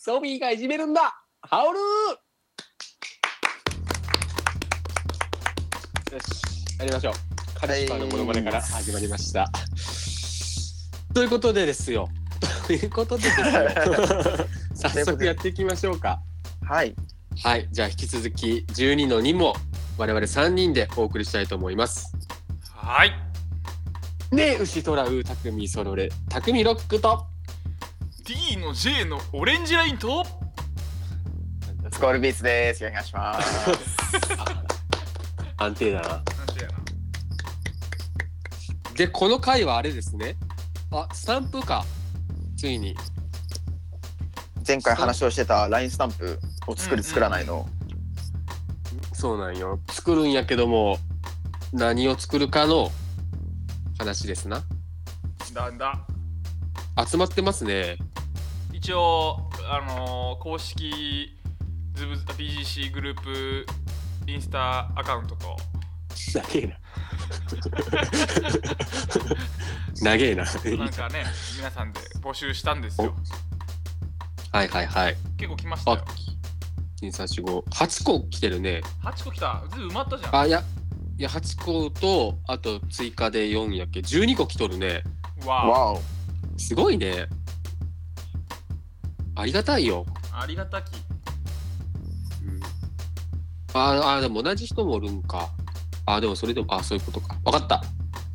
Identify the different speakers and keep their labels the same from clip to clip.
Speaker 1: 縮めるんだハウルよしやりましょうカリスパのモノマネから始まりました、ということでですよということで ですよ早速やっていきましょうか
Speaker 2: はい。
Speaker 1: はいじゃあ引き続き12の2も我々3人でお送りしたいと思います
Speaker 3: はい。
Speaker 1: ねえ牛トラウタクミソロレタクミロックと
Speaker 3: D の J のオレンジラインと
Speaker 2: スコールビーツです。よろしくお願いします。
Speaker 1: 安定だな
Speaker 3: なんてやな。
Speaker 1: でこの回はあれですねあスタンプかついに
Speaker 2: 前回話をしてたラインスタンプを作る
Speaker 3: うん
Speaker 2: 作らないの。
Speaker 1: そうなんよ作るんやけども何を作るかの話ですな
Speaker 3: だんだ。
Speaker 1: 集まってますね
Speaker 3: 一応あのー公式ズブ BGC グループインスタアカウントと
Speaker 1: 長えな 長えな
Speaker 3: なんかね皆さんで募集したんですよ。
Speaker 1: はいはいはい
Speaker 3: 結構来ました
Speaker 1: あ
Speaker 3: よ。
Speaker 1: 金三四五八個来てるね
Speaker 3: 8個来た。ずいぶん埋まったじゃん。
Speaker 1: あいやいや8個とあと追加で4やっけ12個来とるね
Speaker 3: わ
Speaker 2: わお。
Speaker 1: すごいねありがたいよ、
Speaker 3: あ。ありがたき。
Speaker 1: うん、ああでも同じ人もおるんかあでもそれでもあそういうことかわかった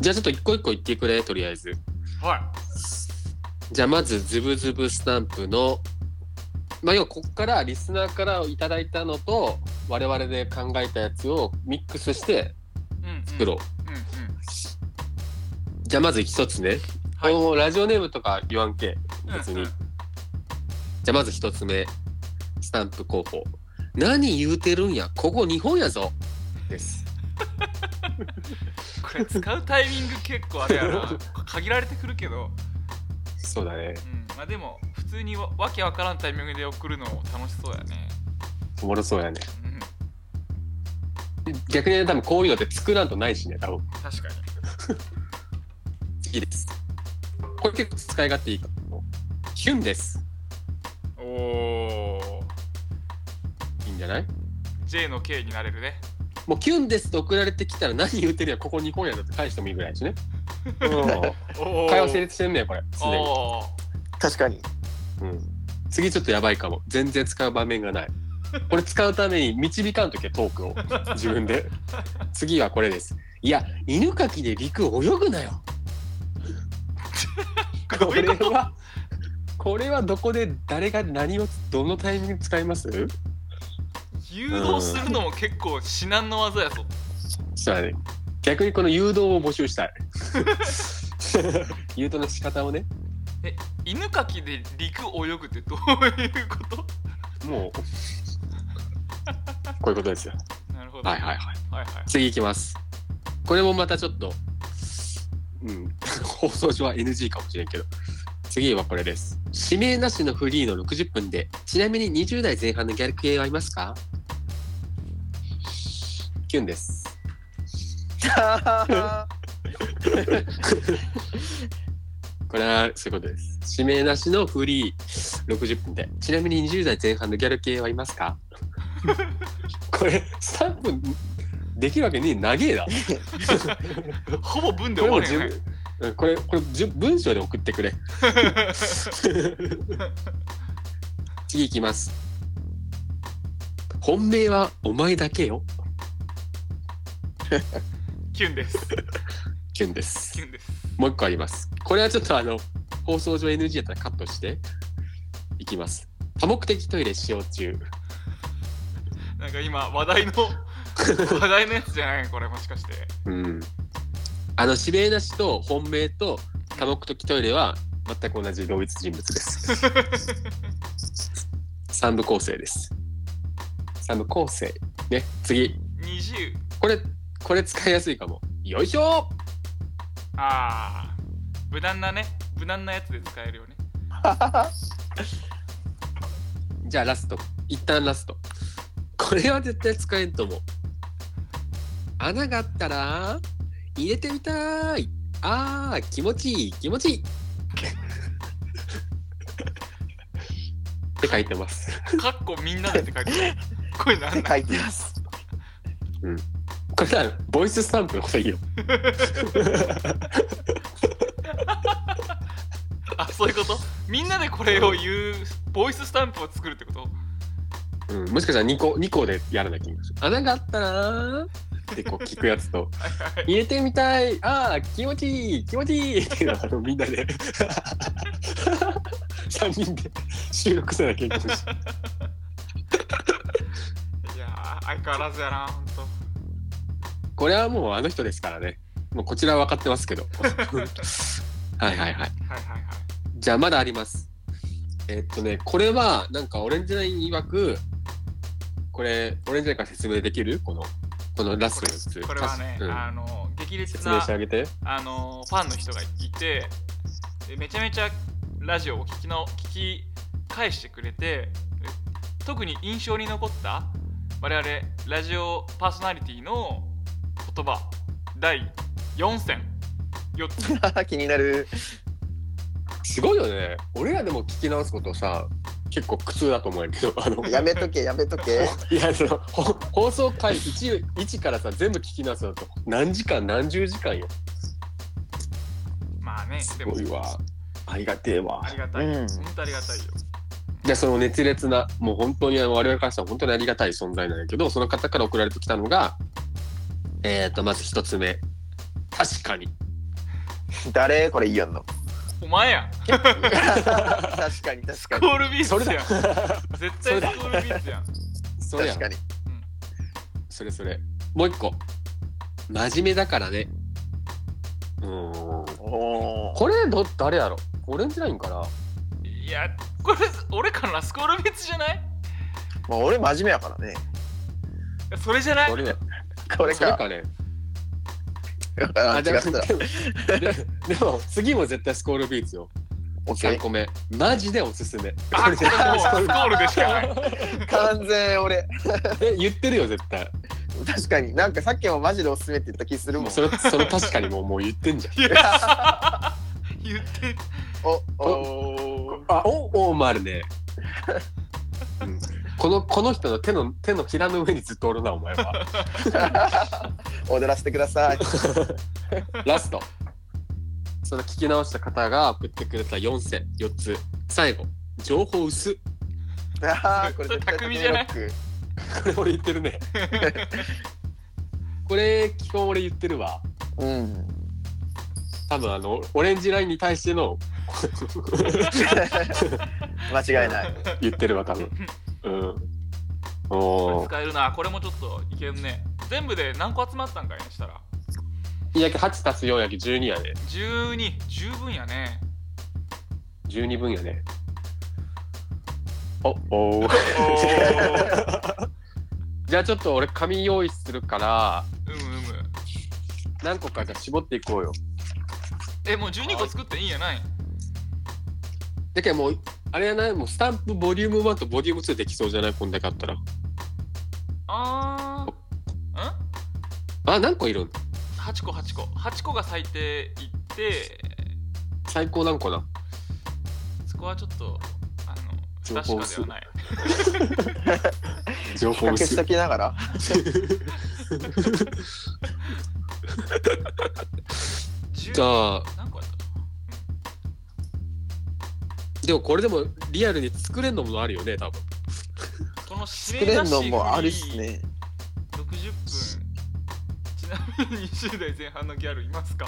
Speaker 1: じゃあちょっと一個一個言ってくれとりあえず
Speaker 3: は
Speaker 1: じゃあまずズブズブスタンプのまあ要はここからリスナーからいただいたのと我々で考えたやつをミックスして
Speaker 3: い。うん、うん。
Speaker 1: 作ろう、
Speaker 3: うんうん。
Speaker 1: じゃあまず一つね、
Speaker 3: はい
Speaker 1: このラジオネームとか言わんけ別に、
Speaker 3: うんうん
Speaker 1: じゃあまず一つ目スタンプ候補何言うてるんやここ日本やぞです
Speaker 3: これ使うタイミング結構あれや な。限られてくるけど。
Speaker 1: そうだね
Speaker 3: うん。まあでも普通にわわけわからんタイミングで送るの楽しそうやね。
Speaker 1: おもろそうやね
Speaker 3: うん。
Speaker 1: 逆にね多分こういうのって作らんとないしね多分
Speaker 3: 確かに。
Speaker 1: 次ですこれ結構使い勝手いいかもヒュンです
Speaker 3: おお
Speaker 1: いいんじゃない
Speaker 3: J の K になれるね
Speaker 1: もうキュンですと送られてきたら何言うてるやここ日本やぞって返してもいいぐらいですねうん
Speaker 3: お
Speaker 1: 会話成立してんねこれすでに
Speaker 3: おー
Speaker 2: 確かに。
Speaker 1: うん、次ちょっとやばいかも全然使う場面がないこれ使うために導かんときはトークを自分で次はこれですいや犬かきで陸泳ぐなよ
Speaker 3: ど
Speaker 1: こ
Speaker 3: うい
Speaker 1: れ
Speaker 3: うこと
Speaker 1: はこれはどこで誰が何をどのタイミングで使います
Speaker 3: 誘導するのも結構至難の技やぞ
Speaker 1: そうだね逆にこの誘導を募集した い誘導の仕方をね
Speaker 3: 犬かきで陸泳ぐってどういうこと
Speaker 1: もうこういうことですよ
Speaker 3: なるほど
Speaker 1: はいはいはい
Speaker 3: はいはい
Speaker 1: 次いきますこれもまたちょっとうん 放送上は NG かもしれんけど次はこれです指名なしのフリーの60分でちなみに20代前半のギャル系はいますかキュンですこれはそういうことです指名なしのフリー60分でちなみに20代前半のギャル系はいますかこれスタンプできるわけに長えな
Speaker 3: ほぼ文で
Speaker 1: これも自
Speaker 3: 終わるよ
Speaker 1: 分
Speaker 3: ね
Speaker 1: うんこれこれじゅ文章で送ってくれ次いきます本命はお前だけよ
Speaker 3: キュンです
Speaker 1: キュンです
Speaker 3: キュンです
Speaker 1: もう一個ありますこれはちょっとあの放送上 NG やったらカットしていきます多目的トイレ使用中
Speaker 3: なんか今話題 の話題のやつじゃないこれもしかして
Speaker 1: うんあの指名なしと本命と多目的トイレは全く同じ同一人物です 三部構成です三部構成ね次
Speaker 3: 20
Speaker 1: これこれ使いやすいかもよいしょ
Speaker 3: ああ無難なね無難なやつで使えるよね
Speaker 1: じゃあラスト一旦ラストこれは絶対使えんと思う穴があったら入れてみたいあー気持ちいい気持ちいいで書いてます。
Speaker 3: かっこみんなでって書いて る。これなん
Speaker 2: て
Speaker 3: だ
Speaker 2: 書いてます。
Speaker 1: これさ、ボイススタンプのこといいよ。
Speaker 3: あ、そういうことみんなでこれを言う、ボイススタンプを作るってこと
Speaker 1: うん、もしかしたら2個、二個でやらなきゃいけない。穴があったなーってこう聞くやつと、
Speaker 3: はいはい
Speaker 1: 入れてみたいああ、気持ちいい気持ちいいっていうのをあのみんなで、3人で収録せなきゃいけないし。
Speaker 3: いやー、相変わらずやな、ほんと。
Speaker 1: これはもうあの人ですからね。もうこちらは分かってますけど。 はいはいはい。
Speaker 3: はいはいはい。
Speaker 1: じゃあまだあります。えっとね、これはなんかオレンジナイン曰く、これオレンジナインから説明できるこの、このラスト
Speaker 3: こ
Speaker 1: のやつ。
Speaker 3: れこれはね、
Speaker 1: うん
Speaker 3: あの激烈
Speaker 1: 説明
Speaker 3: な
Speaker 1: してあげて。
Speaker 3: あのファンの人がいてでめちゃめちゃラジオを聞きの聞き返してくれてで特に印象に残った我々ラジオパーソナリティの言葉第4選4つ
Speaker 2: 気になる。
Speaker 1: すごいよね。俺らでも聞き直すことさ、結構苦痛だと思うんやけど、あの、
Speaker 2: やめとけ、やめとけ。
Speaker 1: いや、その、ほ放送回 1, 1からさ、全部聞き直すのと、何時間、何十時間よ。
Speaker 3: まあね
Speaker 1: す
Speaker 3: でも
Speaker 1: ごいわ。ありがてえわ
Speaker 3: あ。りがたい、
Speaker 2: うん
Speaker 3: 本当ありがたいよ
Speaker 1: でその熱烈なもう本当にあの我々からしたら本当にありがたい存在なんやけどその方から送られてきたのがえっ、とまず一つ目確かに
Speaker 2: 誰これ言いよんの。
Speaker 3: お前やん
Speaker 2: 確かに、
Speaker 3: ス
Speaker 2: 確かに。
Speaker 3: コールビーツ
Speaker 1: それだ
Speaker 3: やん 絶対スコールビーツやん
Speaker 1: それや
Speaker 2: 確かに。
Speaker 1: それそれもう一個真面目だからねうーん
Speaker 2: おー
Speaker 1: これど誰やろオレンジラインかない
Speaker 3: やこれ俺かなスコールビーツじゃないい
Speaker 2: まあ、俺真面目やからね。
Speaker 3: やそれじゃない
Speaker 1: どれだ
Speaker 2: これ
Speaker 1: それ
Speaker 2: か。
Speaker 1: かね
Speaker 2: だから違
Speaker 1: で
Speaker 2: っ
Speaker 1: も
Speaker 2: たら。
Speaker 1: でもでも次も絶対スコールビーツよ
Speaker 2: オッケ
Speaker 1: 3個目マジでおすすめ
Speaker 3: あ、これもうスコ ールでしかない。
Speaker 2: ー。完全俺。
Speaker 1: で言ってるよ絶対
Speaker 2: 確かに。なんかさっきもマジでおすすめって言った気するも
Speaker 1: も
Speaker 2: ん
Speaker 1: う。それそれ確かにもうもう言ってんじゃん
Speaker 3: いや言って、
Speaker 2: お、お
Speaker 1: あおおもあるね、うん、このこの人の手の手のひらの上にずっとおるなお前は
Speaker 2: ー。踊らせてください。
Speaker 1: ラストその聞き直した方が送ってくれた4選4つ最後情報薄
Speaker 2: あ ーこれ絶対
Speaker 3: それ匠じゃない
Speaker 2: テクノロック
Speaker 1: これ俺言ってるねこれ基本俺言ってるわ
Speaker 2: うん。
Speaker 1: 多分あのオレンジラインに対して の
Speaker 2: 間違い ない。
Speaker 1: 言ってるわ多 分うんお
Speaker 3: これ
Speaker 1: お
Speaker 3: 使えるな。これもちょっといけんね。全部で何個集まったんかいねしたら。
Speaker 1: いやけ8たす4やけ12やね
Speaker 3: 12、十分やね。
Speaker 1: 12分やねおおー
Speaker 3: おー
Speaker 1: じゃあちょっと俺紙用意するから
Speaker 3: うむうむ。
Speaker 1: 何個かじゃあ絞っていこうよ。
Speaker 3: え、もう12個作っていいんやない
Speaker 1: だけどもうあれやないもうスタンプボリューム1とボリューム2できそうじゃないこんだけあったら。
Speaker 3: あー。ん
Speaker 1: あ何個いるん
Speaker 3: ?8 個8個。8個が最低いって、
Speaker 1: 最高何個だ
Speaker 3: そこはちょっと、あの、不
Speaker 1: 情
Speaker 3: 確
Speaker 1: 報
Speaker 3: か
Speaker 1: 薄
Speaker 3: ではない。
Speaker 1: 情
Speaker 2: 比較しときながら。
Speaker 3: 10
Speaker 1: じゃあ
Speaker 3: 何個あっ
Speaker 1: でもこれでもリアルに作れんのもあるよね多分。
Speaker 3: たこの締
Speaker 2: 作
Speaker 3: め出し
Speaker 2: れんのもあるしね。
Speaker 3: 60分ちなみに20代前半のギャルいますか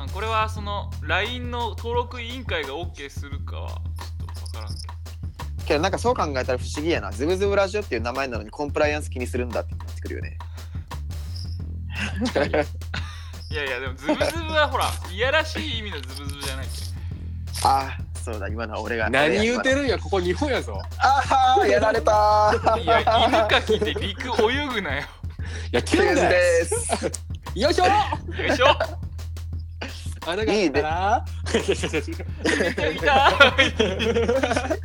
Speaker 3: うんこれはその LINE の登録委員会が OK するかはちょっと分からんけど
Speaker 2: けどなんかそう考えたら不思議やな。ズブズブラジオっていう名前なのにコンプライアンス気にするんだってなってくるよね。
Speaker 3: いやいやでもズブズブはほらいやらしい意味のズブズブじゃないっけ
Speaker 2: ああ、そうだ、今のは俺が。
Speaker 1: 何言うて
Speaker 2: る
Speaker 1: るんやここ日本やぞ。
Speaker 2: あ あ、やられたー。
Speaker 3: いや犬かきって陸泳ぐなよ
Speaker 1: いやキ
Speaker 2: ク
Speaker 1: ュ
Speaker 2: イ
Speaker 1: ン
Speaker 2: ズ
Speaker 1: で
Speaker 2: です。
Speaker 1: す。 よいしょ
Speaker 3: よいしょ
Speaker 1: 穴があったら。
Speaker 3: 見てみたい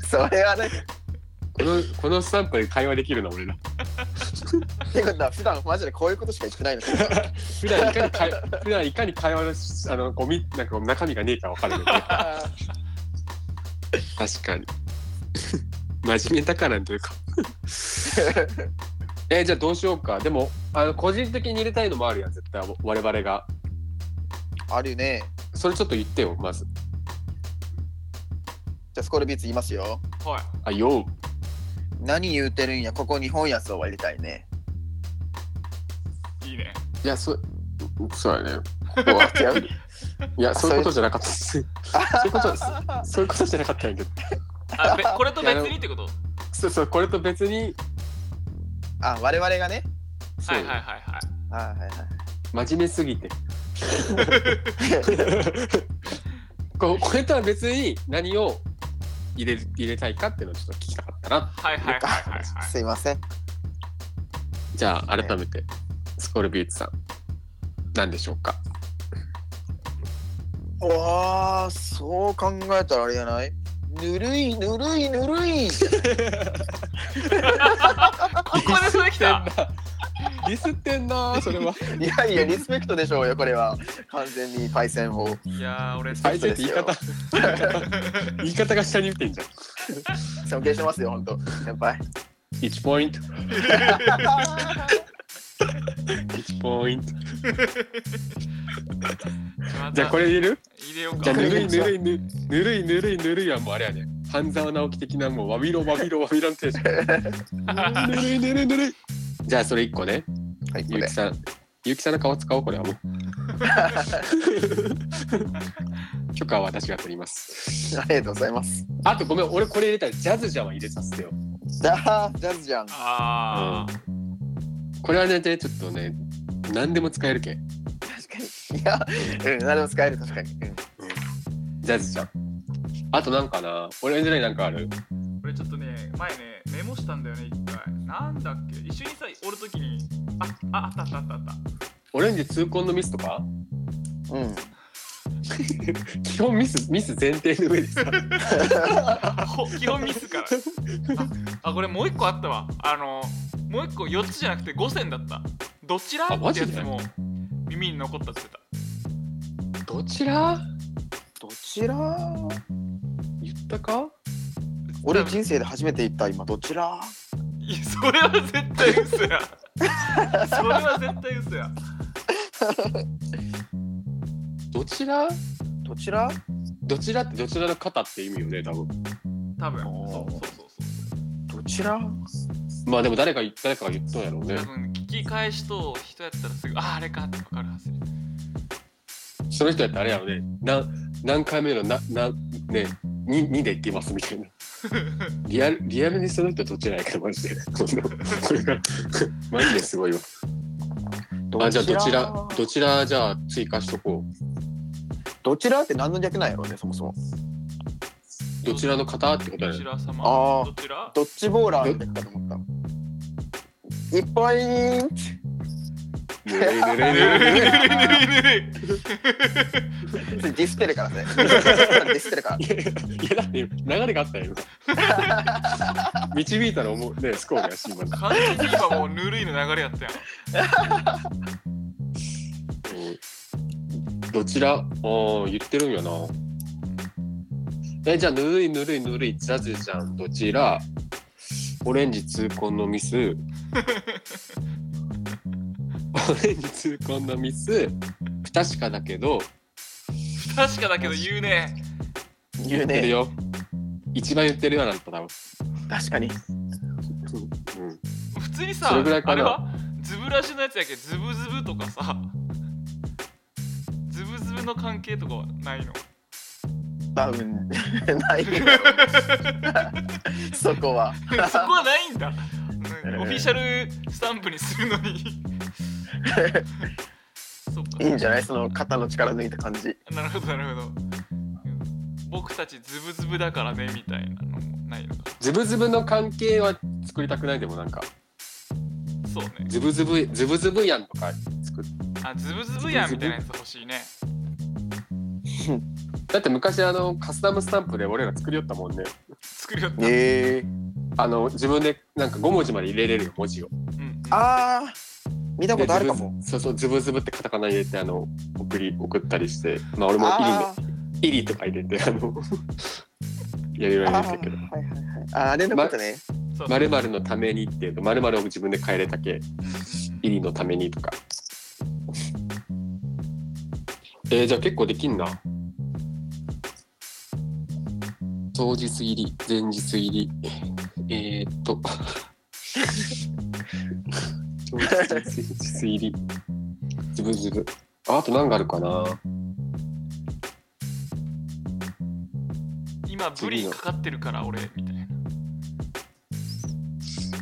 Speaker 2: それはね、
Speaker 1: このこのスタンプで会話できるな俺ら。
Speaker 2: ってことは普段マジでこういうことしか言ってないのか。
Speaker 1: 普段いかに会 普段いかに会話のしあのこうみなんかこう中身がねえかわかるよね。
Speaker 2: あ
Speaker 1: 確かに。真面目だからというか。 えーじゃあどうしようか。でも、あの個人的に入れたいのもあるやん、絶対、我々が。
Speaker 2: あるね。
Speaker 1: それちょっと言ってよ、まず。
Speaker 2: じゃあスコールビーツ言いますよ。
Speaker 3: はい
Speaker 1: あ、よう。
Speaker 2: 何言うてるんや、ここに本安を入れたいね。
Speaker 3: いいね。
Speaker 1: いや、そ、そうだね。ここは
Speaker 2: 違う
Speaker 1: いや、そういうことじゃなかった です。そういうことですそういうことじゃなかったんやけど。
Speaker 3: あ、べこれと別にってこと
Speaker 1: そうそう、これと別に、
Speaker 2: あ、我々がね。
Speaker 1: そ
Speaker 3: は
Speaker 1: う
Speaker 3: いはいはいはい。
Speaker 2: はいはいはい。
Speaker 1: 真面目すぎて。 ここれとは別に何を入れ入れたいかっていうのをちょっと聞きたかったな。
Speaker 3: はいはいはいはいはい。
Speaker 2: すいません。
Speaker 1: じゃあ、改めて、スコールビーツさん、何でしょうか。
Speaker 2: わあ、そう考えたらあれじゃないぬるい、ぬるい、ぬる い。
Speaker 3: ここでそれ来 た。
Speaker 1: ディスってんなそれは。
Speaker 2: いやいや、リスペクトでしょうよ、これは。完全にパイセンを。
Speaker 3: いやー、俺さ
Speaker 1: あ。いつって言い方、 言い方が下に打ってんじゃん。
Speaker 2: 尊敬してますよ、ほんと。先 輩。
Speaker 1: 1ポイント、1ポイント。じゃあこ
Speaker 3: れ
Speaker 1: れ入れる
Speaker 3: 入れよう
Speaker 1: じゃ
Speaker 3: か
Speaker 1: あ。ぬるいぬるいぬぬるいぬるいぬるいはもうあれやね。半沢直樹的なもうわび ろわびろわびろのテンション。ぬるいぬるいぬるい。じゃあそれ1個ね。
Speaker 2: はい、こ
Speaker 1: ゆう
Speaker 2: れ
Speaker 1: き。さん。ゆうきさんの顔使おうこれ はもう。許可は私が取ります。
Speaker 2: ありがとうございます。
Speaker 1: あとごめん、俺これ入れたらジャズジャンは入れさせてよ。
Speaker 2: じゃあ、ジャズじゃん。
Speaker 3: ああ、
Speaker 1: これはね、ちょっとね、何でも使えるけん。
Speaker 2: 確かに。いや、うん、何でも使える、確かに。うん
Speaker 1: ジャズじゃん。あとなんかな、オレンジラインなんかある。
Speaker 3: 俺ちょっとね、前ね、メモしたんだよね、一回。なんだっけ一緒にさ、おるときに。あ、あ、あったあったあったあった。
Speaker 1: オレンジ痛恨のミスとか
Speaker 2: うん。
Speaker 1: 基本ミス、ミス前提の上でさ。
Speaker 3: ほ基本ミス からああこれもう一個あったわあのもう一個4つじゃなくて5選だったどちら
Speaker 1: あマ
Speaker 3: って
Speaker 1: ジ
Speaker 3: や
Speaker 1: で
Speaker 3: つも耳に残ったって言ってた
Speaker 1: どちら
Speaker 2: どちら
Speaker 1: 言ったか
Speaker 2: 俺人生で初めて行った今どちら
Speaker 3: いやそれは絶対嘘 やそれは絶対嘘や
Speaker 1: どちら
Speaker 2: どちら
Speaker 1: どちらってどちらの肩って意味よね、多分。
Speaker 3: 多分
Speaker 2: おー
Speaker 3: そうそうそう
Speaker 2: どちら
Speaker 1: まあでも誰か言誰かが言ったんやろう
Speaker 3: そう
Speaker 1: ね
Speaker 3: 多。分聞き返しと人やったらすぐああれかって分かるはず
Speaker 1: その人やったらあれやろうね。な何回目のな、な、ね、に2で言ってますみ たいな。リアル、リアルにその人どちらやから、マジで。これが、 マジですごいわ。あ、じゃあどちら、どちらじゃあ追加しとこう。
Speaker 2: どちらって何の略なんやろうねそもそも
Speaker 1: どちらの方ってこと
Speaker 3: ど
Speaker 1: だ
Speaker 3: ち
Speaker 1: よね。
Speaker 3: ら様
Speaker 2: あー
Speaker 3: どちら
Speaker 2: どっちボーラーってかと思ったいっぱい
Speaker 1: ぬるいぬるいぬるいぬるい
Speaker 2: ディスってるからねディスってるから
Speaker 1: いやだって流れがあった よ今導いたら思うねスコールやし今の
Speaker 3: 完全に今もうぬるいの流れやったやん
Speaker 1: どちらああ言ってるんやなえじゃあぬるいぬるいぬるいジャズじゃんどちらオレンジ痛恨 のミスオレンジ痛恨のミス不確かだけど
Speaker 3: 確かだけど言うね
Speaker 2: 言う
Speaker 1: 言ってる
Speaker 2: ね
Speaker 1: よ一番言ってるようなんだ多分
Speaker 2: 確かに
Speaker 1: うん
Speaker 3: 普通にさ
Speaker 1: それぐらいかな
Speaker 3: あれはズブラシのやつやけどズブズブとかさズブズブの関係とかはないの
Speaker 2: 多分ないけどそこは
Speaker 3: そこはないんだ
Speaker 2: ええ
Speaker 3: オフィシャルスタンプにするの にそっか
Speaker 2: いいんじゃないその肩の力抜いた感じ
Speaker 3: なるほどなるほど僕たちズブズブだからねみたいなのもないのか
Speaker 1: ズブズブの関係は作りたくないでもなんか
Speaker 3: そうね
Speaker 1: ズブズブズブズブやんとか作っ
Speaker 3: あズブズブやんみたいなやつ欲しいね
Speaker 1: だって昔あのカスタムスタンプで俺ら作りよったもんね
Speaker 3: 作りよった、
Speaker 2: ええ
Speaker 1: あの自分でなんか5文字まで入れれるよ文字を
Speaker 3: うんうん
Speaker 2: ああ見たことあるかも
Speaker 1: でズブズそうそうズブズブってカタカナ入れてあの送り送ったりしてまあ俺もイリ
Speaker 2: あー
Speaker 1: のイリとか入れてあの やりろやり
Speaker 2: あ
Speaker 1: てたけど
Speaker 2: ーはいはいはいああれのことね。
Speaker 3: そうそう
Speaker 1: まるのためにっていうと、まるを自分で変えれたけ、
Speaker 3: うんうんうん
Speaker 1: イリのためにとか。えー、じゃあ結構できんな。当日入り、前日入り。えー、っと。当日、前日入り。ズブズブ。ああと何があるかな
Speaker 3: 今ブリかかってるから俺みたいな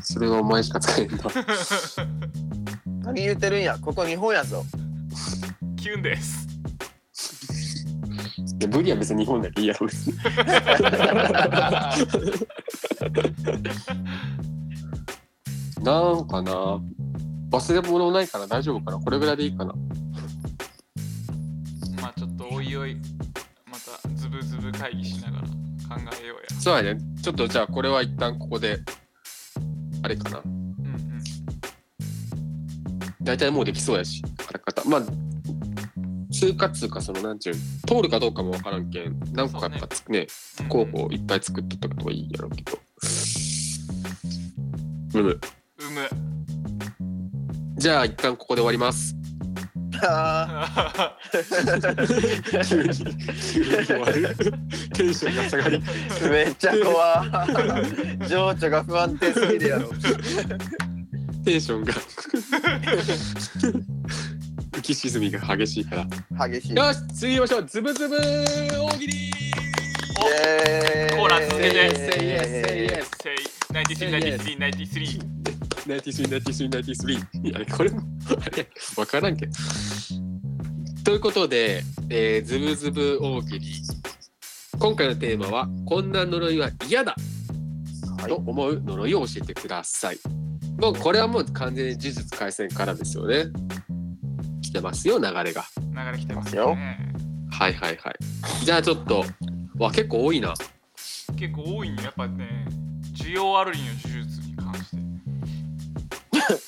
Speaker 1: それはお前しか使えんな。
Speaker 2: 何言ってるんや。ここ日本やぞ。
Speaker 3: キュンです
Speaker 1: いやブリは別に日本だけいいやろ。別になんかな忘れ物ないから大丈夫かなこれぐらいでいいかな
Speaker 3: まあちょっとおいおいまたズブズブ会議しながら考えようや
Speaker 1: そうやねちょっとじゃあこれは一旦ここであれかな
Speaker 3: うんうん
Speaker 1: 大体もうできそうやしあらかたまあ通過通過そのなんちゅう通るかどうかもわからんけん何個かとかつね
Speaker 3: うん
Speaker 1: 候補をいっぱい作っとったことがいいやろうけどむむ
Speaker 3: うむ
Speaker 1: じゃあ一旦ここで終わります
Speaker 2: あ
Speaker 1: 急に急に終わるテンションが下がり
Speaker 2: ーめっちゃ怖。情緒が不安定すぎるやろ。
Speaker 1: テンションが浮き沈みが激しいから
Speaker 2: 激しい。
Speaker 1: よし次行きましょうズブズブ大喜利
Speaker 3: コーラスつけて
Speaker 1: Say yes, say yes.
Speaker 3: せい9393 93
Speaker 1: 93 93 93あれこれもあれわからんけどということで、えー、ズブズブ大喜利今回のテーマは「こんな呪いは嫌だ!」
Speaker 2: はい
Speaker 1: と思う呪いを教えてください。もうこれはもう完全に呪術廻戦からですよね。来てますよ流れが。
Speaker 3: 流れ来てます
Speaker 2: よ
Speaker 3: ね
Speaker 1: はいはいはい。じゃあちょっとわ結構多いな。
Speaker 3: 結構多いねやっぱね需要あるんよ呪術に関して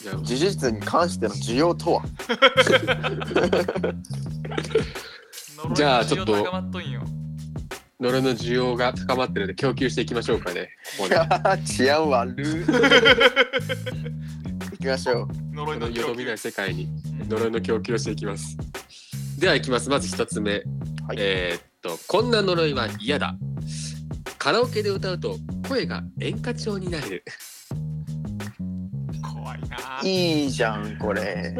Speaker 1: いや
Speaker 2: 呪術に関しての需要とは。
Speaker 3: 呪いの
Speaker 1: じゃあちょっと
Speaker 3: 需要高まっとんよ
Speaker 1: 呪いの需要が高まってるので供給していきましょうかね。ここで
Speaker 2: 治安悪。行きましょう。
Speaker 3: 呪い
Speaker 1: この
Speaker 3: の
Speaker 1: よど
Speaker 3: 供
Speaker 1: み
Speaker 3: 給
Speaker 1: ない世界に
Speaker 3: うん
Speaker 1: 呪いの供給をしていきます。では行きます。まず一つ目。
Speaker 2: はい
Speaker 1: えーっとこんな呪いは嫌だ。カラオケで歌うと声が演歌調になる。
Speaker 3: 怖いない
Speaker 2: いじゃんこれ。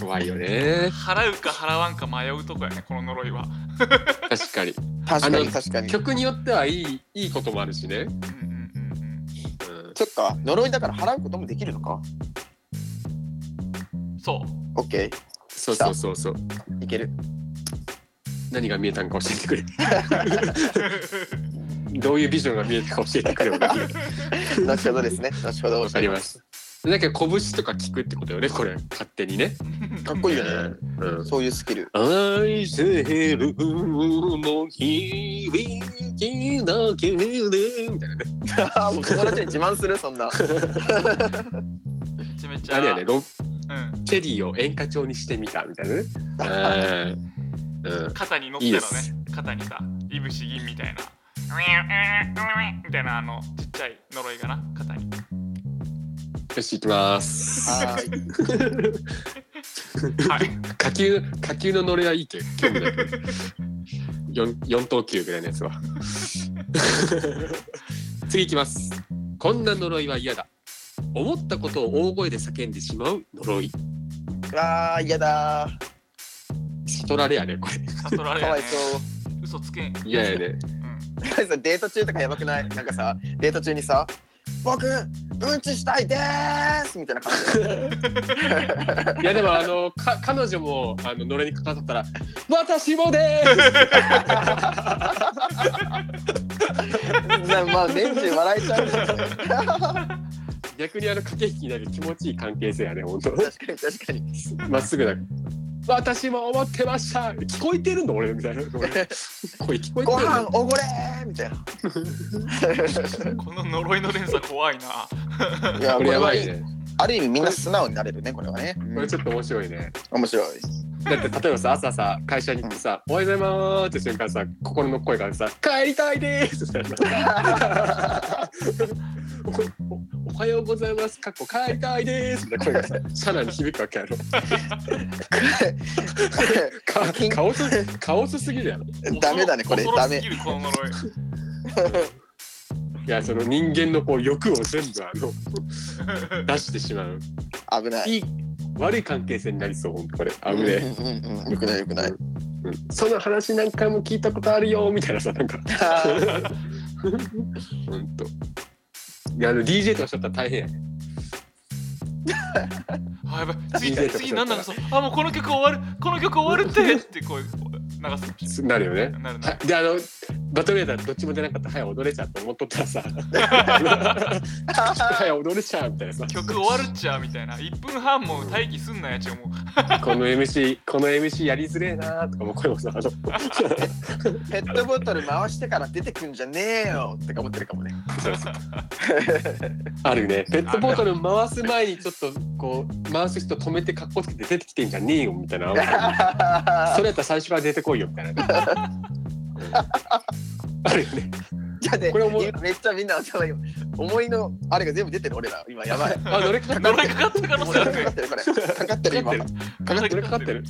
Speaker 1: 怖いよね。
Speaker 3: 払うか払わんか迷うとこやねこの呪いは
Speaker 1: 確かに。
Speaker 2: 確か
Speaker 1: あの
Speaker 2: に確かに。そ
Speaker 1: 曲によってはいいいいこともあるしね。
Speaker 3: うんうんうんうん
Speaker 1: うん
Speaker 2: っか呪いだから払うこともできるのか。
Speaker 3: そ
Speaker 2: オッケ
Speaker 1: そうそうそうそう。
Speaker 2: ーいける。
Speaker 1: 何が見えたんか教えてくれ。
Speaker 3: う
Speaker 1: どういうビジョンが見えたか教えてくれ。わ
Speaker 2: 後ほど ですね。後ほど。
Speaker 1: かりました。だけど拳とか聞くってことよね。これ勝手にね。
Speaker 2: かっこいいよ
Speaker 1: う
Speaker 2: ね。
Speaker 1: ん。
Speaker 2: そういうスキル。
Speaker 1: 愛せるの響きだけでみたいなね。
Speaker 2: あーもう友達に自慢するそんな。
Speaker 3: めちゃめちゃ
Speaker 1: あれやね、ロ
Speaker 3: うん、
Speaker 1: チェリーを演歌調にしてみたみたい なね。うんうん。
Speaker 3: 肩に乗っ
Speaker 1: い
Speaker 3: て
Speaker 1: い
Speaker 3: の
Speaker 1: で
Speaker 3: ね
Speaker 1: す
Speaker 3: 肩にさいぶし銀みたいなウィンウィンウィンみたいなあのちっちゃい呪いがな肩に
Speaker 1: よし、行きます。
Speaker 2: はーい。
Speaker 3: はい
Speaker 1: 火球火球の乗れはいいけど興味ないけど四四等級ぐらいのやつは 次いきますこんな呪いは嫌だ思ったことを大声で叫んでしまう呪い
Speaker 2: あー嫌だ
Speaker 1: 悟られやねこれ
Speaker 3: 悟ら
Speaker 2: ー。
Speaker 3: れ
Speaker 2: か
Speaker 3: や
Speaker 2: わい
Speaker 3: ね
Speaker 2: そう。
Speaker 3: 嘘つけん
Speaker 1: 嫌やね
Speaker 3: うん
Speaker 2: カイさんデート中とかやばくないなんかさデート中にさ「僕うんちしたいでーす!」みたいな感じで
Speaker 1: いやでもあのか彼女もあの乗れにかかったら「私もでーす!
Speaker 2: な まあ年中笑えちゃうね確か」
Speaker 1: 逆にあの駆け引きになる気持ちいい関係性やね本当
Speaker 2: に確かに
Speaker 1: まっすぐな私も思ってました聞こえてるの俺みたいな声聞こえてるの
Speaker 2: ご飯おごれーみたいな
Speaker 3: この呪いの連鎖怖いな。
Speaker 2: いや
Speaker 1: これやばい
Speaker 2: これは
Speaker 1: ね
Speaker 2: ある意味みんな素直になれるねこれはね、
Speaker 1: これちょっと面白いね。
Speaker 2: 面白い
Speaker 1: だって例えばさ朝さ会社に行ってさ「おはようございます」って瞬間さ心の声からさ「帰りたいです」ってさ おおおはようございます」かっこ帰りたいです」って声がさ社内に響くわけやろか顔す顔すすぎるやろ い
Speaker 2: ダメだねこれ
Speaker 3: 恐ろ
Speaker 2: ダ
Speaker 3: し
Speaker 2: メ
Speaker 3: すぎるこの呪い
Speaker 1: やその人間のこう欲を全部あの 出してしまう
Speaker 2: 危ない
Speaker 1: いい悪い関係性になりそうほんとこれ危ねえ
Speaker 2: うんうんうんうんよくないよくない
Speaker 1: うんその話何回も聞いたことあるよみたいなさなんか ほんといやあの DJ とおっしゃったら大変やね
Speaker 3: あやばい次
Speaker 1: DJ
Speaker 3: 次なんだかそうあもうこの曲終わるこの曲終わるってってこう流すかもし
Speaker 1: なるよ
Speaker 3: れ
Speaker 1: ね
Speaker 3: ないなるな
Speaker 1: は
Speaker 3: る
Speaker 1: であのバトルエーダーどっちも出なかったら早踊れちゃうと思っとった らさ 早踊れちゃうみたいなさ
Speaker 3: 曲終わるっちゃみたいな1分半も待機すんなやちがもう
Speaker 1: この MC この MC やりづれえなとかもう声もさあの
Speaker 2: ペットボトル回してから出てくんじゃねえよってか思ってるかもね
Speaker 1: あるねペットボトル回す前にちょっとこう回す人止めて格好つけて出てきてんじゃねえよみたい なそれやったら最初から出てこいよみたいなねあるよね
Speaker 2: じゃあね、
Speaker 1: これ思い
Speaker 2: 今めっちゃみんな頭今思いのあれが全部出てる俺ら今や ばい。
Speaker 1: あ乗れかかってる
Speaker 3: 呪いかかった可能性 あ
Speaker 2: か
Speaker 3: る
Speaker 2: か
Speaker 3: ね
Speaker 2: ってるこれ。かかってる今。
Speaker 1: かかってるかかってる。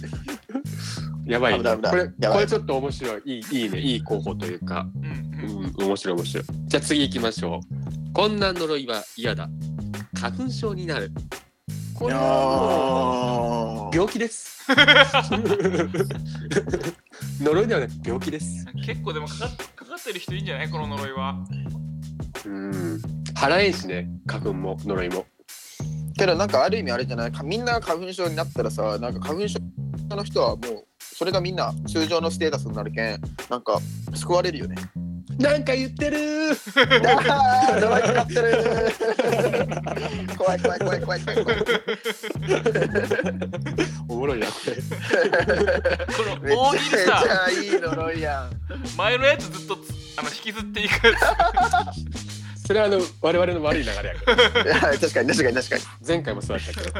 Speaker 1: やばい
Speaker 2: 危
Speaker 1: ね。
Speaker 2: ない危ない
Speaker 1: これ
Speaker 2: やばい
Speaker 1: これちょっと面白い。いいいいね。いい候補というか、
Speaker 3: うんうん
Speaker 1: うん、面白い面白い。じゃあ次行きましょう。こんな呪いは嫌だ。花粉症になる。これはも
Speaker 2: あ
Speaker 1: う病気 です。呪いではなく病気です。
Speaker 3: 結構でもかかかかってる人いいんじゃないこの呪 いは
Speaker 1: うん。払えんしね。花粉も呪いも。
Speaker 2: ーけどなんかある意味あれじゃないかみんな花粉症になったらさなんか花粉症の人はもうそれがみんな通常のステータスになるけんなんか救われるよね。
Speaker 1: なんか言ってるー。
Speaker 2: あー呪いかかってる 怖い怖い怖い怖い怖い怖い。
Speaker 1: おもろいなこれ。
Speaker 3: この
Speaker 2: めちゃ
Speaker 3: 大
Speaker 2: め
Speaker 3: 喜利さ
Speaker 2: ちゃいい呪いやん。
Speaker 3: 前のやつずっとつあの引きずっていくや
Speaker 1: それはあの我々の悪い流れやから。
Speaker 2: いや確かに確かに確かに。
Speaker 1: 前回もそうだったけど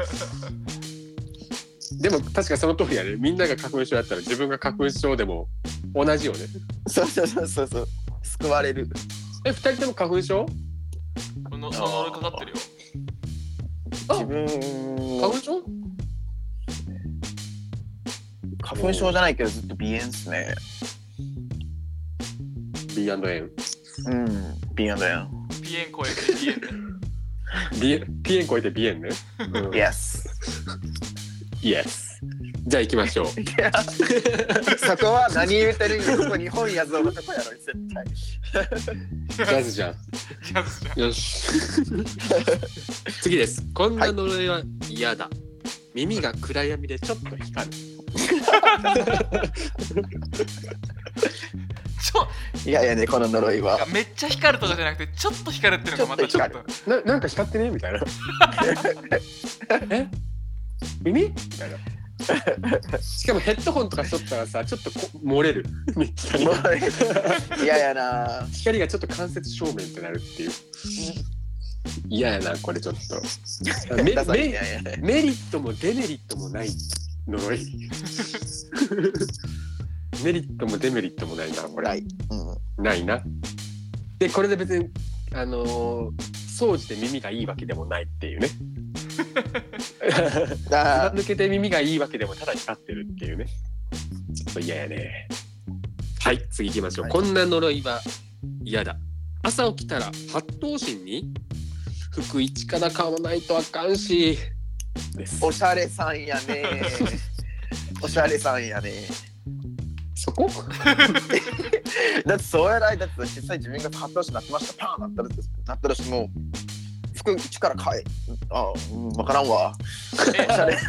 Speaker 1: でも確かその通りやねみんなが花粉症だったら自分が花粉症でも同じよね
Speaker 2: そうそうそうそうそう。救われる。
Speaker 1: え二人とも花粉症
Speaker 3: つこのその呪いかかってるよ
Speaker 1: あ
Speaker 2: 自分
Speaker 1: 花粉症
Speaker 2: 花粉症じゃないけどずっと鼻炎っすね。
Speaker 1: B&M
Speaker 2: うん、鼻炎だよ。
Speaker 3: ピエン超えてピエンね
Speaker 1: B P ン超えて B ンね、うん、
Speaker 2: Yes。
Speaker 1: イエスじゃあ行きましょう
Speaker 2: そこは何言うてるんや。そこ日本やぞのとこやろ、絶対。
Speaker 1: ジャズじゃん
Speaker 3: ジャズじゃん
Speaker 1: よ し次ですこんな呪いは嫌だ、耳が暗闇でちょっと光る
Speaker 3: ちょ
Speaker 2: いやいやね、この呪い は。
Speaker 3: めっちゃ光るとかじゃなくてちょっと光るっていうのがまたちょっと
Speaker 2: ちょ
Speaker 1: ななんか光ってねみたいなえ耳みたいなしかもヘッドホンとかしとったらさちょっとこ漏れ る光
Speaker 2: も
Speaker 1: が
Speaker 2: ういややな。
Speaker 1: 光がちょっと間接照明ってなるっていう嫌やなこれちょっと め
Speaker 2: ダサいい
Speaker 1: め
Speaker 2: やいやいや
Speaker 1: メリットもデメリットもない呪 いメリットもデメリットもないなこれ
Speaker 2: ない。うん
Speaker 1: ないなでこれで別にあのー掃除で耳がいいわけでもないっていう ね
Speaker 2: あ ー
Speaker 1: 抜けて耳がいいわけでもただ光ってるっていうねちょっと嫌やねはい次行きましょう、
Speaker 2: はい
Speaker 1: こんな呪いは嫌だ朝起きたら八頭身に服一から買わないとあかんしです
Speaker 2: おしゃれさんやね。おしゃれさんやね。
Speaker 1: そこ
Speaker 2: だってそうやないだって実際自分が発表してなってましたパーンなったらなったらしもう服一から買えあうん分からんわ
Speaker 3: え
Speaker 2: おしゃれ
Speaker 1: 違う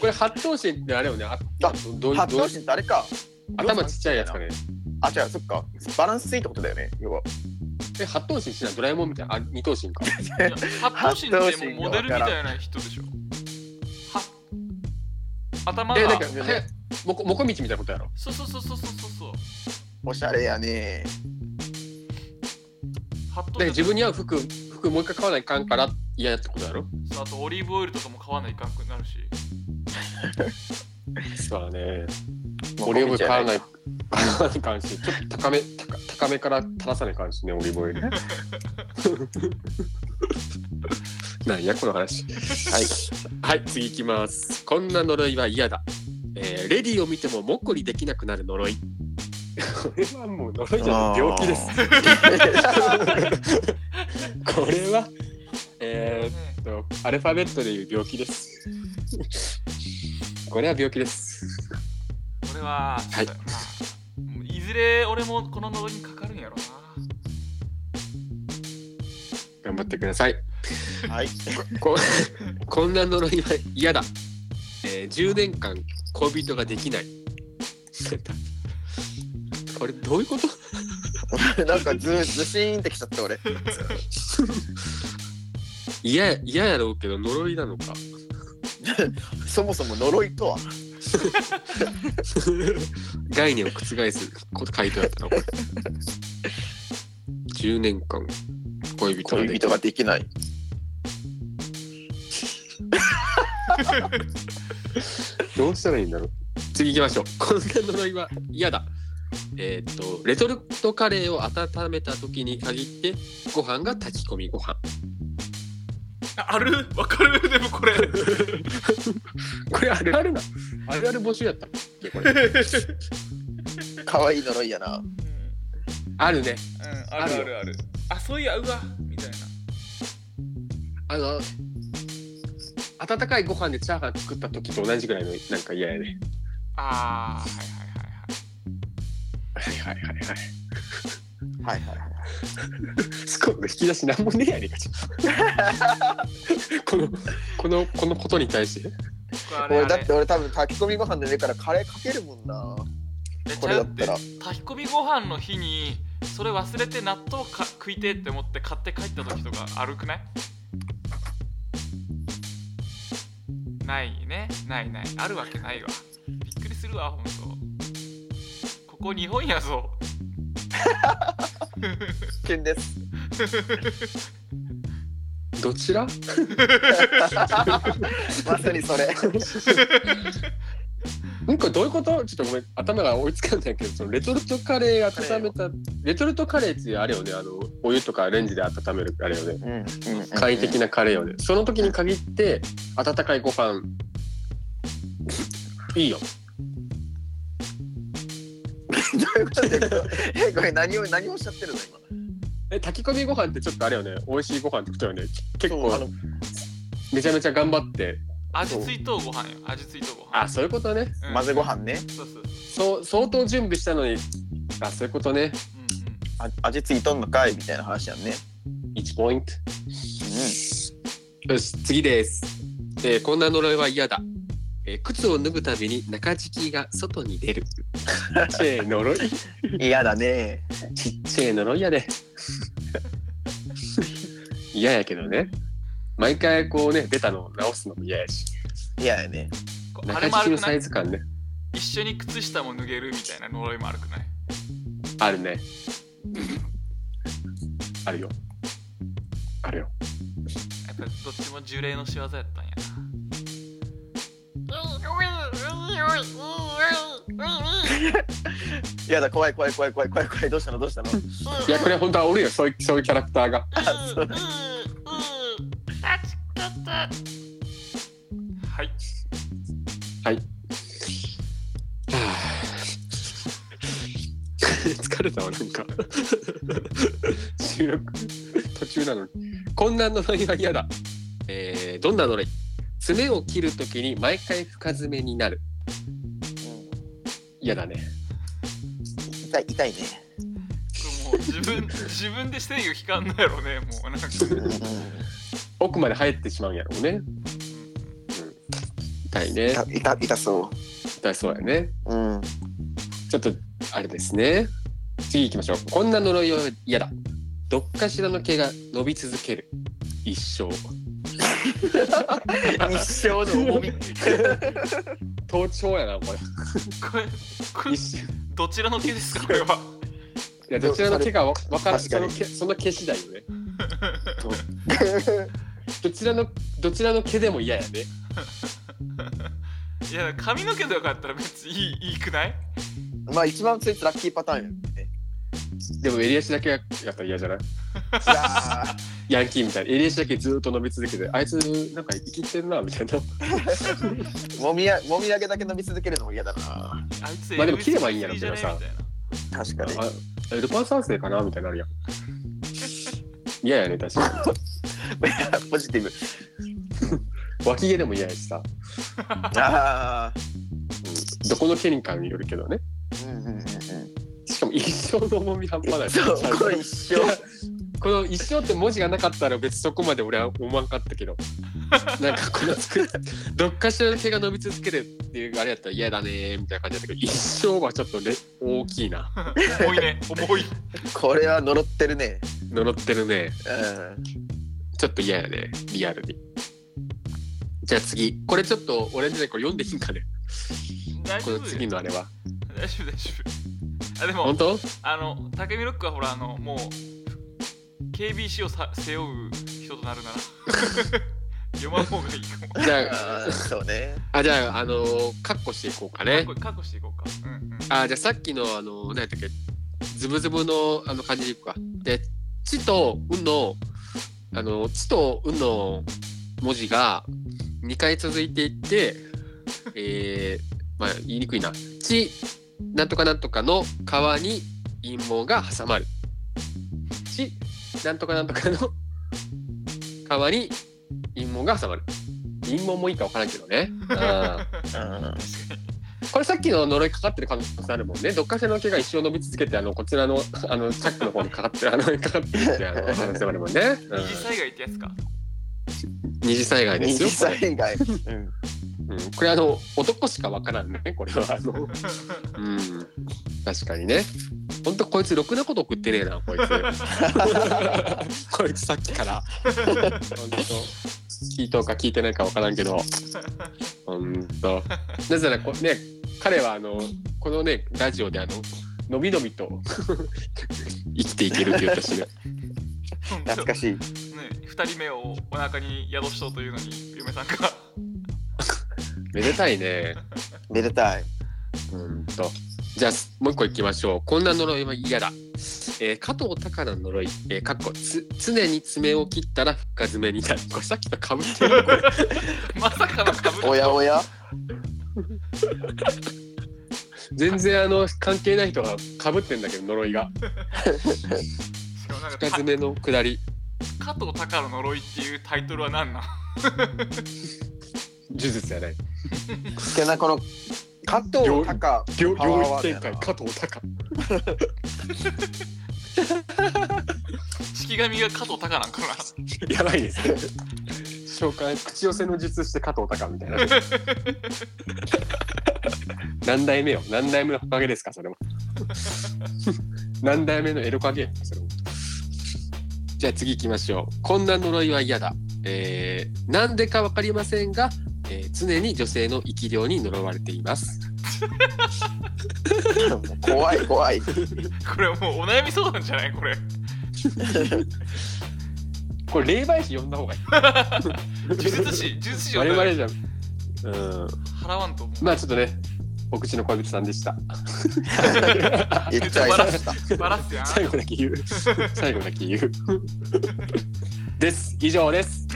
Speaker 1: これ八頭身ってあれよねあ
Speaker 2: あ
Speaker 1: どういう
Speaker 2: 発
Speaker 1: どう
Speaker 2: 表して誰か
Speaker 1: 頭ちっちゃいやつかね
Speaker 2: あ違うそっかバランスいいってことだよね要は
Speaker 1: え八頭身しないドラえもんみたいなあ二頭身か
Speaker 3: 発泡神ってもうモデルみたいな人でしょは頭
Speaker 1: え
Speaker 3: が
Speaker 1: なんか早もこもこみちみたいなことやろ
Speaker 3: そうそうそうそうそうそうそう
Speaker 2: おしゃれやね
Speaker 3: ハット
Speaker 1: で自
Speaker 3: で
Speaker 1: 分に合う服服もう一回買わないかんから嫌やってことやろ
Speaker 3: あとオリーブオイルとかも買わないかんくなるし
Speaker 1: そうだね。
Speaker 2: まあ
Speaker 1: オリーブオイル買わない
Speaker 2: コミ。
Speaker 1: 買わないかんし、ちょっと高め、高高めから垂らさないかんしね、オリーブオイル。なんや、この話。はい。はい、次いきます。こんな呪いは嫌だ。えーレディを見てももっこりできなくなる呪い。これはもう呪いじゃない、病気です。これは、えー
Speaker 3: ね
Speaker 1: えっとアルファベットでいう病気です。これは病気です。
Speaker 3: これは、
Speaker 1: はい
Speaker 3: まあもういずれ俺もこの呪いにかかるんやろう
Speaker 1: 頑張ってください。
Speaker 2: あるはい。
Speaker 1: ここんな呪いは嫌だ。えー10年間恋人ができない。 これどういうこと
Speaker 2: なんかずずしーんってきちゃった俺。
Speaker 1: 嫌や嫌やろうけど呪いなのか。
Speaker 2: そもそも呪いとは。
Speaker 1: 概念を覆すこと回答だったのこれ。10年間恋人が
Speaker 2: 恋
Speaker 1: でき
Speaker 2: 人
Speaker 1: な
Speaker 2: が
Speaker 1: い。
Speaker 2: できない。
Speaker 1: どうしたらいいんだろう次行きましょう。こんな呪いは嫌だ。えーっと、レトルトカレーを温めた時に限って、ご飯が炊き込みご飯。
Speaker 3: なああるわかるでもこ れ
Speaker 1: これあるあるな。あるある募集やったっけこれ。
Speaker 2: 可愛い呪いやな。
Speaker 1: あるね。
Speaker 3: うん、あるあるある。あ、そういや、うわ、みたいな。
Speaker 1: あの、温かいご飯でチャーハン作った時と同じぐらいのなんか嫌やね。
Speaker 3: ああ、はいは
Speaker 1: は
Speaker 3: いはいはい。
Speaker 1: いはいはいは
Speaker 2: は
Speaker 1: い。
Speaker 2: いはいはい。
Speaker 1: スコールの引き出しなんもねえやねんか。ちょっとこの、この、このことに対して。
Speaker 3: これあれ
Speaker 2: 俺
Speaker 3: あ
Speaker 2: だ
Speaker 3: れ
Speaker 2: って俺多分炊き込みご飯で上からカレーかけるもんな。
Speaker 3: え
Speaker 2: これだったら
Speaker 3: ちゃうて炊き込みご飯の日にそれ忘れて納豆か食いてえって思って買って帰った時とかあるくないないねないないあるわけないわびっくりするわほんとここ日本 やぞ
Speaker 2: 危険です。
Speaker 1: どちら
Speaker 2: まさにそれ。
Speaker 1: うんこれどういうことちょっとごめん頭が追いつかないけどそのレトルトカレー温めたレトルトカレーっていうあれよねあのお湯とかレンジで温めるあれよね
Speaker 2: うんうんうんうん
Speaker 1: 簡易的なカレーよねその時に限って温かいご飯いいよ
Speaker 2: どういうことだよえこれ何を何をおっしゃってるの今。
Speaker 1: え炊き込みご飯ってちょっとあれよね美味しいご飯ってことよねけ結
Speaker 2: そうあ
Speaker 1: 構
Speaker 2: の
Speaker 1: めちゃめちゃ頑張って
Speaker 3: 味ついとうご飯よ味ついとうご飯
Speaker 1: あそういうことね
Speaker 3: うん
Speaker 2: 混ぜご飯ね。
Speaker 3: そうそうそう、
Speaker 1: そう相当準備したのにあそういうことね
Speaker 3: うんうん、
Speaker 2: あ味ついとんのかいみたいな話やんね。
Speaker 1: 1ポイントよし次です、えーこんな呪いは嫌だ、えー靴を脱ぐたびに中敷きが外に 出るちっちゃい呪い
Speaker 2: うん。嫌だね。
Speaker 1: ちっちゃい呪いやで嫌やけどね毎回こうね出たのを直すのも嫌やし
Speaker 2: 嫌やね。
Speaker 3: こうあ
Speaker 1: 中
Speaker 3: れも
Speaker 1: 敷き
Speaker 3: 悪
Speaker 1: の
Speaker 3: くな
Speaker 1: サイ
Speaker 3: い
Speaker 1: ズ感ね
Speaker 3: 一緒に靴下も脱げるみたいな呪いも悪くない
Speaker 1: あるねあるよあるよ
Speaker 3: やっぱどっちも呪霊の仕業やったんや
Speaker 2: 嫌だ怖い怖い怖い怖い怖い怖いどうしたのどうしたの。
Speaker 1: いやこれ本当はおるよそういうそういうキャラクターが
Speaker 3: はい
Speaker 1: はあ 疲れたわなんか 収録途中なのにこんな呪いは嫌だ、えーどんな呪い爪を切るときに毎回深爪になる嫌だね
Speaker 2: 痛い痛いね。
Speaker 3: これもう自 分自分で制御聞かんのやろねもうなんか
Speaker 1: 奥まで入ってしまうんやろうね痛いね
Speaker 2: 痛痛痛そ
Speaker 1: 痛そうやね
Speaker 2: う。うん。
Speaker 1: ちょっとあれですね次行きましょうこんな呪いは嫌だどっかしらの毛が伸び続ける一生
Speaker 2: 一生の重 み。
Speaker 1: 盗聴やなこれ
Speaker 3: これこれ
Speaker 1: 一生
Speaker 3: どちらの手ですかこれは
Speaker 1: いやどちらの毛かわわから
Speaker 2: 確
Speaker 1: んそ
Speaker 2: かに
Speaker 1: の毛その毛次第よねどちらのどちらの毛でも嫌やね
Speaker 3: いや髪の毛とかあったら別にいいいいくない
Speaker 2: まあ一番ついつラッキーパターンよね。
Speaker 1: でも襟足だけやったら嫌じゃない
Speaker 2: いやー
Speaker 1: ヤンキーみたいな襟足だけずっと伸び続けてあいつなんか生きてんなみたいな
Speaker 2: もみあもみあげだけ伸び続けるのも嫌だな。
Speaker 3: あいつ
Speaker 1: まあでも切ればいいんやろ
Speaker 3: じゃねみ
Speaker 1: け
Speaker 3: た
Speaker 1: ど
Speaker 3: い
Speaker 1: さ
Speaker 3: な
Speaker 2: 確かに。
Speaker 1: ああルパン三世かなみたいになるやん嫌やね確かに
Speaker 2: ポジティブ。
Speaker 1: 脇毛でも嫌やしさ、
Speaker 2: ああ。
Speaker 1: うん、どこの毛にかによるけどね
Speaker 2: うんうんうんうん。
Speaker 1: しかも一生の重み半端ない
Speaker 2: そう、これ一
Speaker 1: い
Speaker 2: 緒。
Speaker 1: やこの一生って文字がなかったら別にそこまで俺は思わんかった けどなんかこの作っどっかしらの毛が伸び続けるっていうあれやったら嫌だねーみたいな感じだったけど一生はちょっとね大きいな
Speaker 3: 重いね重い
Speaker 2: これは呪ってるね。
Speaker 1: 呪ってるね
Speaker 2: うん。
Speaker 1: ちょっと嫌やねリアルにじゃあ次これちょっと俺んちでこれ読んでいいんかね
Speaker 3: 大
Speaker 1: こ
Speaker 3: 丈
Speaker 1: の
Speaker 3: 夫だ
Speaker 1: 次
Speaker 3: よ
Speaker 1: のあれは
Speaker 3: 大丈夫大丈夫あでも
Speaker 1: 本当
Speaker 3: あの竹見ロックはほらあのもう KBC をさ背負う人となるなら 読まん方がいいかも
Speaker 1: じゃ
Speaker 2: あーそうね。
Speaker 1: ああじゃああのー、カッコしていこうかね
Speaker 3: これ確保していこうかうんうん
Speaker 1: あじゃあさっきのあの何やったっけズブズブのあの感じでいくか。で「ち」と「う」の「あのち」と「う」の文字が2回続いていってえー、まあ言いにくいな「ち」なんとかなんとかの川に陰謀が挟まる「ち」なんとかなんとかの川に陰謀が挟まる陰謀もいいか分からんけどね。うん
Speaker 2: うん。
Speaker 1: これさっきの呪いかかってる可能性あるもんね。どっかしらの毛が一生伸び続けて、あの、こちらの、あの、チャックの方にかかってる、あの、かかってるって、あの、可能性もあるもんね。うん
Speaker 3: 二次災害ってやつか
Speaker 1: 二次災害で
Speaker 2: 二
Speaker 1: すよ。
Speaker 2: 次
Speaker 1: これ
Speaker 2: 災害。うん。
Speaker 1: うん、これあの、男しかわからんね、これは。あの、うん。確かにね。ほんとこいつ、ろくなこと送ってねえな、こいつ。こいつさっきから。ほんと、聞いとうか聞いてないかわからんけど。ほんと。なぜならこうね、彼はあの、このね、ラジオであの、のびのびと 生きていけるって言ったしね。
Speaker 2: 懐か
Speaker 3: し
Speaker 2: しい。
Speaker 3: い、ね、2人目をお腹に宿しとうというのに嫁さんが
Speaker 1: めでたいね。
Speaker 2: めでたい。
Speaker 1: うんと。じゃあ、もう一個いきましょう。こんな呪いは嫌だ。えー加藤隆の呪い、えー、かっこつ常に爪を切ったら深爪になる。これさっ きとかぶってる。これ
Speaker 3: まさかのかぶ
Speaker 2: おやおや。
Speaker 1: 全然あの関係ない人がかぶってんだけど、呪いが。
Speaker 3: しかもなんか
Speaker 1: 深爪の下り、
Speaker 3: 「加藤隆の呪い」っていうタイトルは何なん
Speaker 1: 呪術じゃない。
Speaker 2: けどな、この。加藤
Speaker 1: 領
Speaker 2: 隆。パ
Speaker 1: 領
Speaker 2: ワー
Speaker 1: 領
Speaker 2: ワード
Speaker 1: 域
Speaker 2: や
Speaker 1: 展
Speaker 2: な
Speaker 1: 開、加藤隆。
Speaker 3: 式神が加藤隆なんかな
Speaker 1: やばいですね。紹介、口寄せの術して加藤隆み たいな。何代目よ何代目のおかげですかそれは 何代目のエロかげそれはじゃあ次行きましょうこんな呪いは嫌だえー、なんでかわかりませんが、えー常に女性の生き量に呪われています
Speaker 2: 怖い怖い。
Speaker 3: これもうお悩み相談じゃないこれ
Speaker 1: これ霊媒師呼んだ方がいい
Speaker 3: 呪 術師呪術師を
Speaker 1: 我々じゃうん
Speaker 3: 払わんと思う
Speaker 1: まあちょっとねお口の恋人さんでした
Speaker 2: 言っちゃいました。
Speaker 3: バラ すやん
Speaker 1: 最後だけ言う最後だけ言うです以上です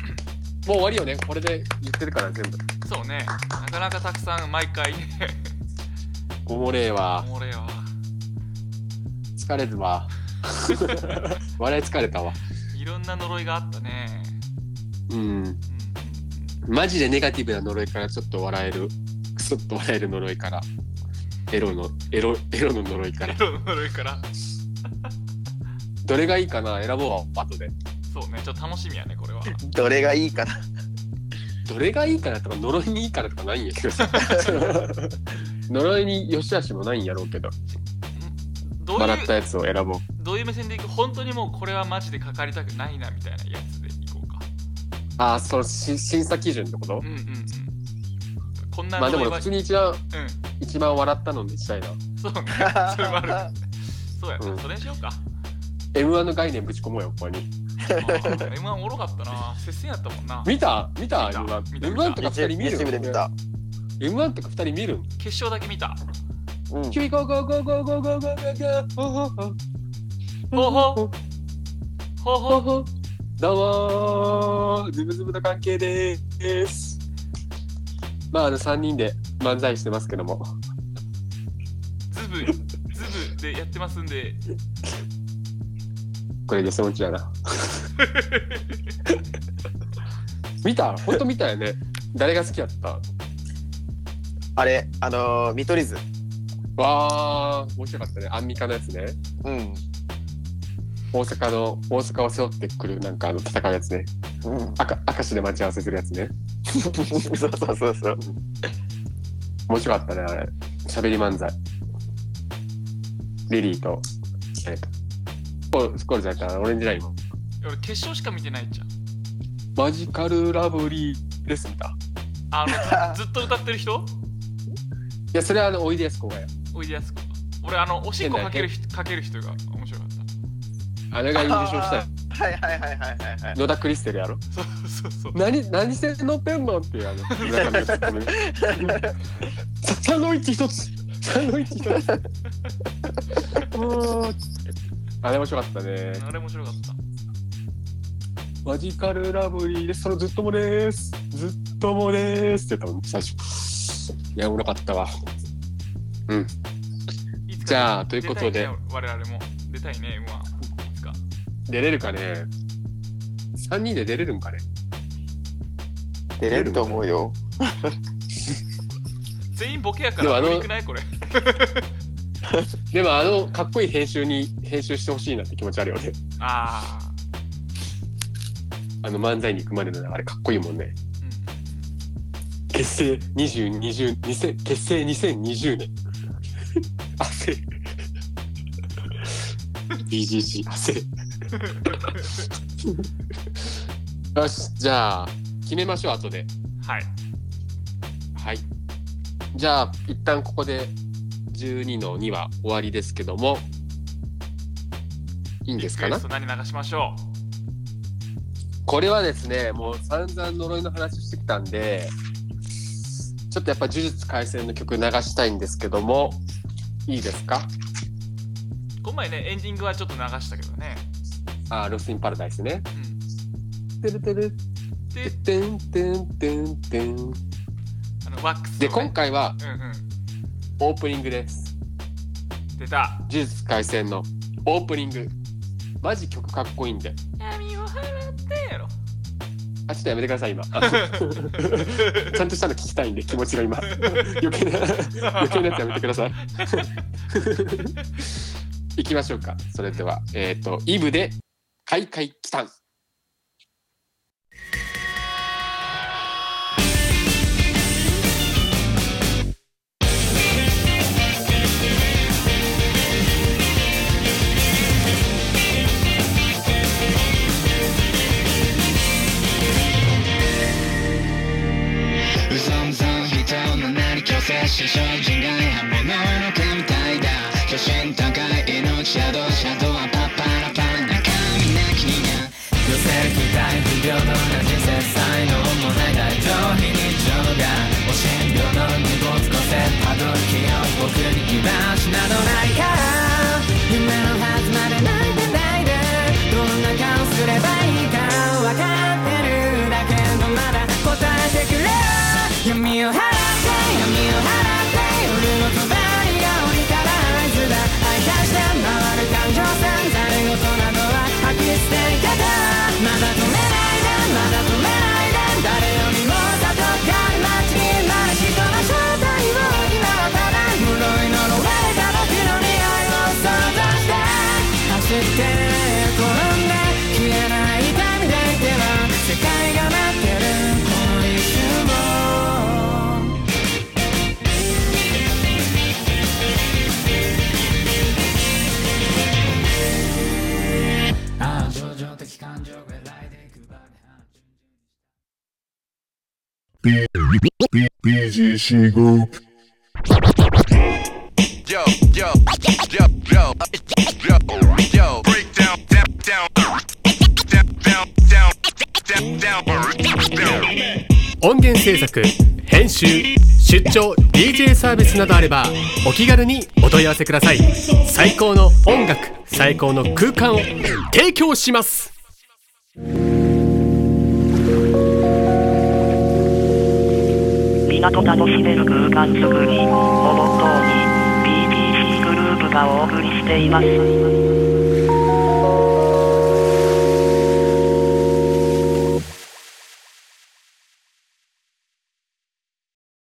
Speaker 1: もう終わりよねこれで言ってるから全部
Speaker 3: そうねなかなかたくさん毎回ね
Speaker 1: おもれえ
Speaker 3: お
Speaker 1: わ
Speaker 3: もれえわ
Speaker 1: 疲れる わ笑い疲れたわ
Speaker 3: いろんな呪いがあったね
Speaker 1: うん
Speaker 3: うんうん
Speaker 1: マジでネガティブな呪いからちょっと笑えるクソッと笑える呪いからエロのエロエロの呪いか
Speaker 3: うん
Speaker 1: ら
Speaker 3: エロの呪いから
Speaker 1: どれがいいかな選ぼうわ後で
Speaker 3: そうねちょっと楽しみやねこれは
Speaker 2: どれがいいかな。
Speaker 1: どれがいいかなとか呪いにいいからとかないんやけど さ呪いに良し悪しもないんやろうけど
Speaker 3: どうい
Speaker 1: 笑
Speaker 3: う
Speaker 1: ったやつを選ぼう
Speaker 3: どういう目線でいく本当にもうこれはマジでかかりたくないなみたいなやつでいこうか
Speaker 1: ああそのし審査基準ってこと
Speaker 3: うんうんうんこんな
Speaker 1: まあで
Speaker 3: 呪い
Speaker 1: も
Speaker 3: は、
Speaker 1: 普通に一番
Speaker 3: う
Speaker 1: 一番笑ったのにしたいな。
Speaker 3: んそうねそれもあるそうやな、
Speaker 1: うん
Speaker 3: それにし ようか
Speaker 1: M1 の概念ぶち込もうよ、ここに。
Speaker 3: M1 おもろかったな接戦やったもんな
Speaker 1: 見た見た
Speaker 3: 見た
Speaker 1: ?M1。
Speaker 3: 見た
Speaker 1: M1 とか2人見る
Speaker 2: YouTube で見た。
Speaker 1: M1 とか2人見るん
Speaker 3: 決勝だけ見た
Speaker 2: うん、
Speaker 1: キュイゴーゴーゴーゴーゴーゴーゴーゴーゴー
Speaker 3: ほ
Speaker 1: ほ
Speaker 3: うほうほうほ
Speaker 1: う
Speaker 3: う
Speaker 1: ほうどうもーズブズブの関係でーすまああの3人で漫才してますけども
Speaker 3: ズブズブでやってますんで
Speaker 1: これゲスモンチだな見たほんと見たよね誰が好きやった
Speaker 2: あれあのー見取り図
Speaker 1: わー面白かったねアンミカのやつね
Speaker 2: うん
Speaker 1: 大阪の大阪を背負ってくるなんかあの戦うやつね
Speaker 2: うん
Speaker 1: 赤明石で待ち合わせするやつね
Speaker 2: そうそうそうそう
Speaker 1: 面白かったねあれ喋り漫才リリーとえっとスコールスコールじゃなくてあのオレンジライン
Speaker 3: 俺決勝しか見てないじゃん
Speaker 1: マジカルラブリーですみたいな
Speaker 3: あのずずっと歌ってる人
Speaker 1: いやそれはあのおいでやすこがや
Speaker 3: おいでやすこ俺あのおしっこかける人かける人が面白かった
Speaker 1: あれが優勝したよ
Speaker 2: はいはいはいはいはいはい
Speaker 1: 野田クリステルやろ
Speaker 3: そう そうそう
Speaker 1: 何何して乗ってんのっていうあの村上のツッコミサンドイッチ一つサンドイッチ一 つもうあれ面白かったね
Speaker 3: あれ面白かった
Speaker 1: マジカルラブリーです。そのずっともです。ずっともです。って言ったもん、最初。いや、おもろかったわ。
Speaker 3: いつか
Speaker 1: じゃあということで
Speaker 3: 出たいね我々も出たいね M1 いつか
Speaker 1: 出れるかね ?3 人で出れるんかね
Speaker 2: 出れると思うよ
Speaker 3: 全員ボケやか
Speaker 1: でも
Speaker 3: ら
Speaker 1: あの
Speaker 3: 無理くないこれ
Speaker 1: でも、あの、かっこいい編集に、編集してほしいなって気持ちあるよね。
Speaker 3: ああ
Speaker 1: あの漫才に行くまでの流れ、かっこいいもんね。
Speaker 3: うん
Speaker 1: 結成20、20、20結成2020年。 汗。BGC、汗。よし、じゃあ、決めましょう、後で。
Speaker 3: はい
Speaker 1: はい。じゃあ、一旦ここで12の2は終わりですけども、いいんですか
Speaker 3: リ
Speaker 1: な
Speaker 3: クエスト何流しましょ
Speaker 1: これはですね、もう散々呪いの話してきたんで、ちょっとやっぱ呪術廻戦の曲流したいんですけども、いいですか
Speaker 3: う今回ねエンディングはちょっと流したけどね
Speaker 1: あー、ロスインパラダイスね。
Speaker 3: うん
Speaker 1: てるてる
Speaker 3: で
Speaker 1: てんてんてんてん。
Speaker 3: あのワックス
Speaker 1: で、
Speaker 3: をね
Speaker 1: 今回は
Speaker 3: うんう
Speaker 1: オープニングです。
Speaker 3: ん出た
Speaker 1: 呪術廻戦のオープニング。マジ曲かっこいいんで。
Speaker 3: 闇を払ってやろ
Speaker 1: あ、ちょっとやめてください、今。 ちゃんとしたの聞きたいんで気持ちが今 余計な余計なやつやめてください行きましょうかそれではえっ、とイブで「開会期間」
Speaker 4: うぞうぞ人の何虚勢師匠人外反物の天体だ巨神高い命宿シャドウはパッパラパラ中身な君が寄せる期待不平等な人生才能もない大上非日常がお神病の荷物越せたどる気よ僕に気らしなどないから夢のはずまで泣いてないでどんな顔すればいいか分かってるだけどまだ答えてくれよ闇を払って闇を払って俺の隣が降りたら合図だ愛出して回る感情散ざる事などは吐き捨て方まだ止めないでまだ止めないで誰よりも里が街になる人の正体を今はただ呪いの呪われた僕の匂いを想像して走って転んで消えない痛みだけは世界が待ってるこの一瞬をああ情緒的感情が来ていく場面
Speaker 5: BGC Group.
Speaker 6: Yo, yo, yo, yo, yo, yo. Break down, down, down, down, down, down, down, down, down.
Speaker 7: 音源制作編集修
Speaker 5: 出張 DJ サービスなどあればお気軽にお問い合わせください最高の音楽最高の空間を提供します
Speaker 7: 港楽しめる空間づくりをモットーに BBC グループがお送りしています。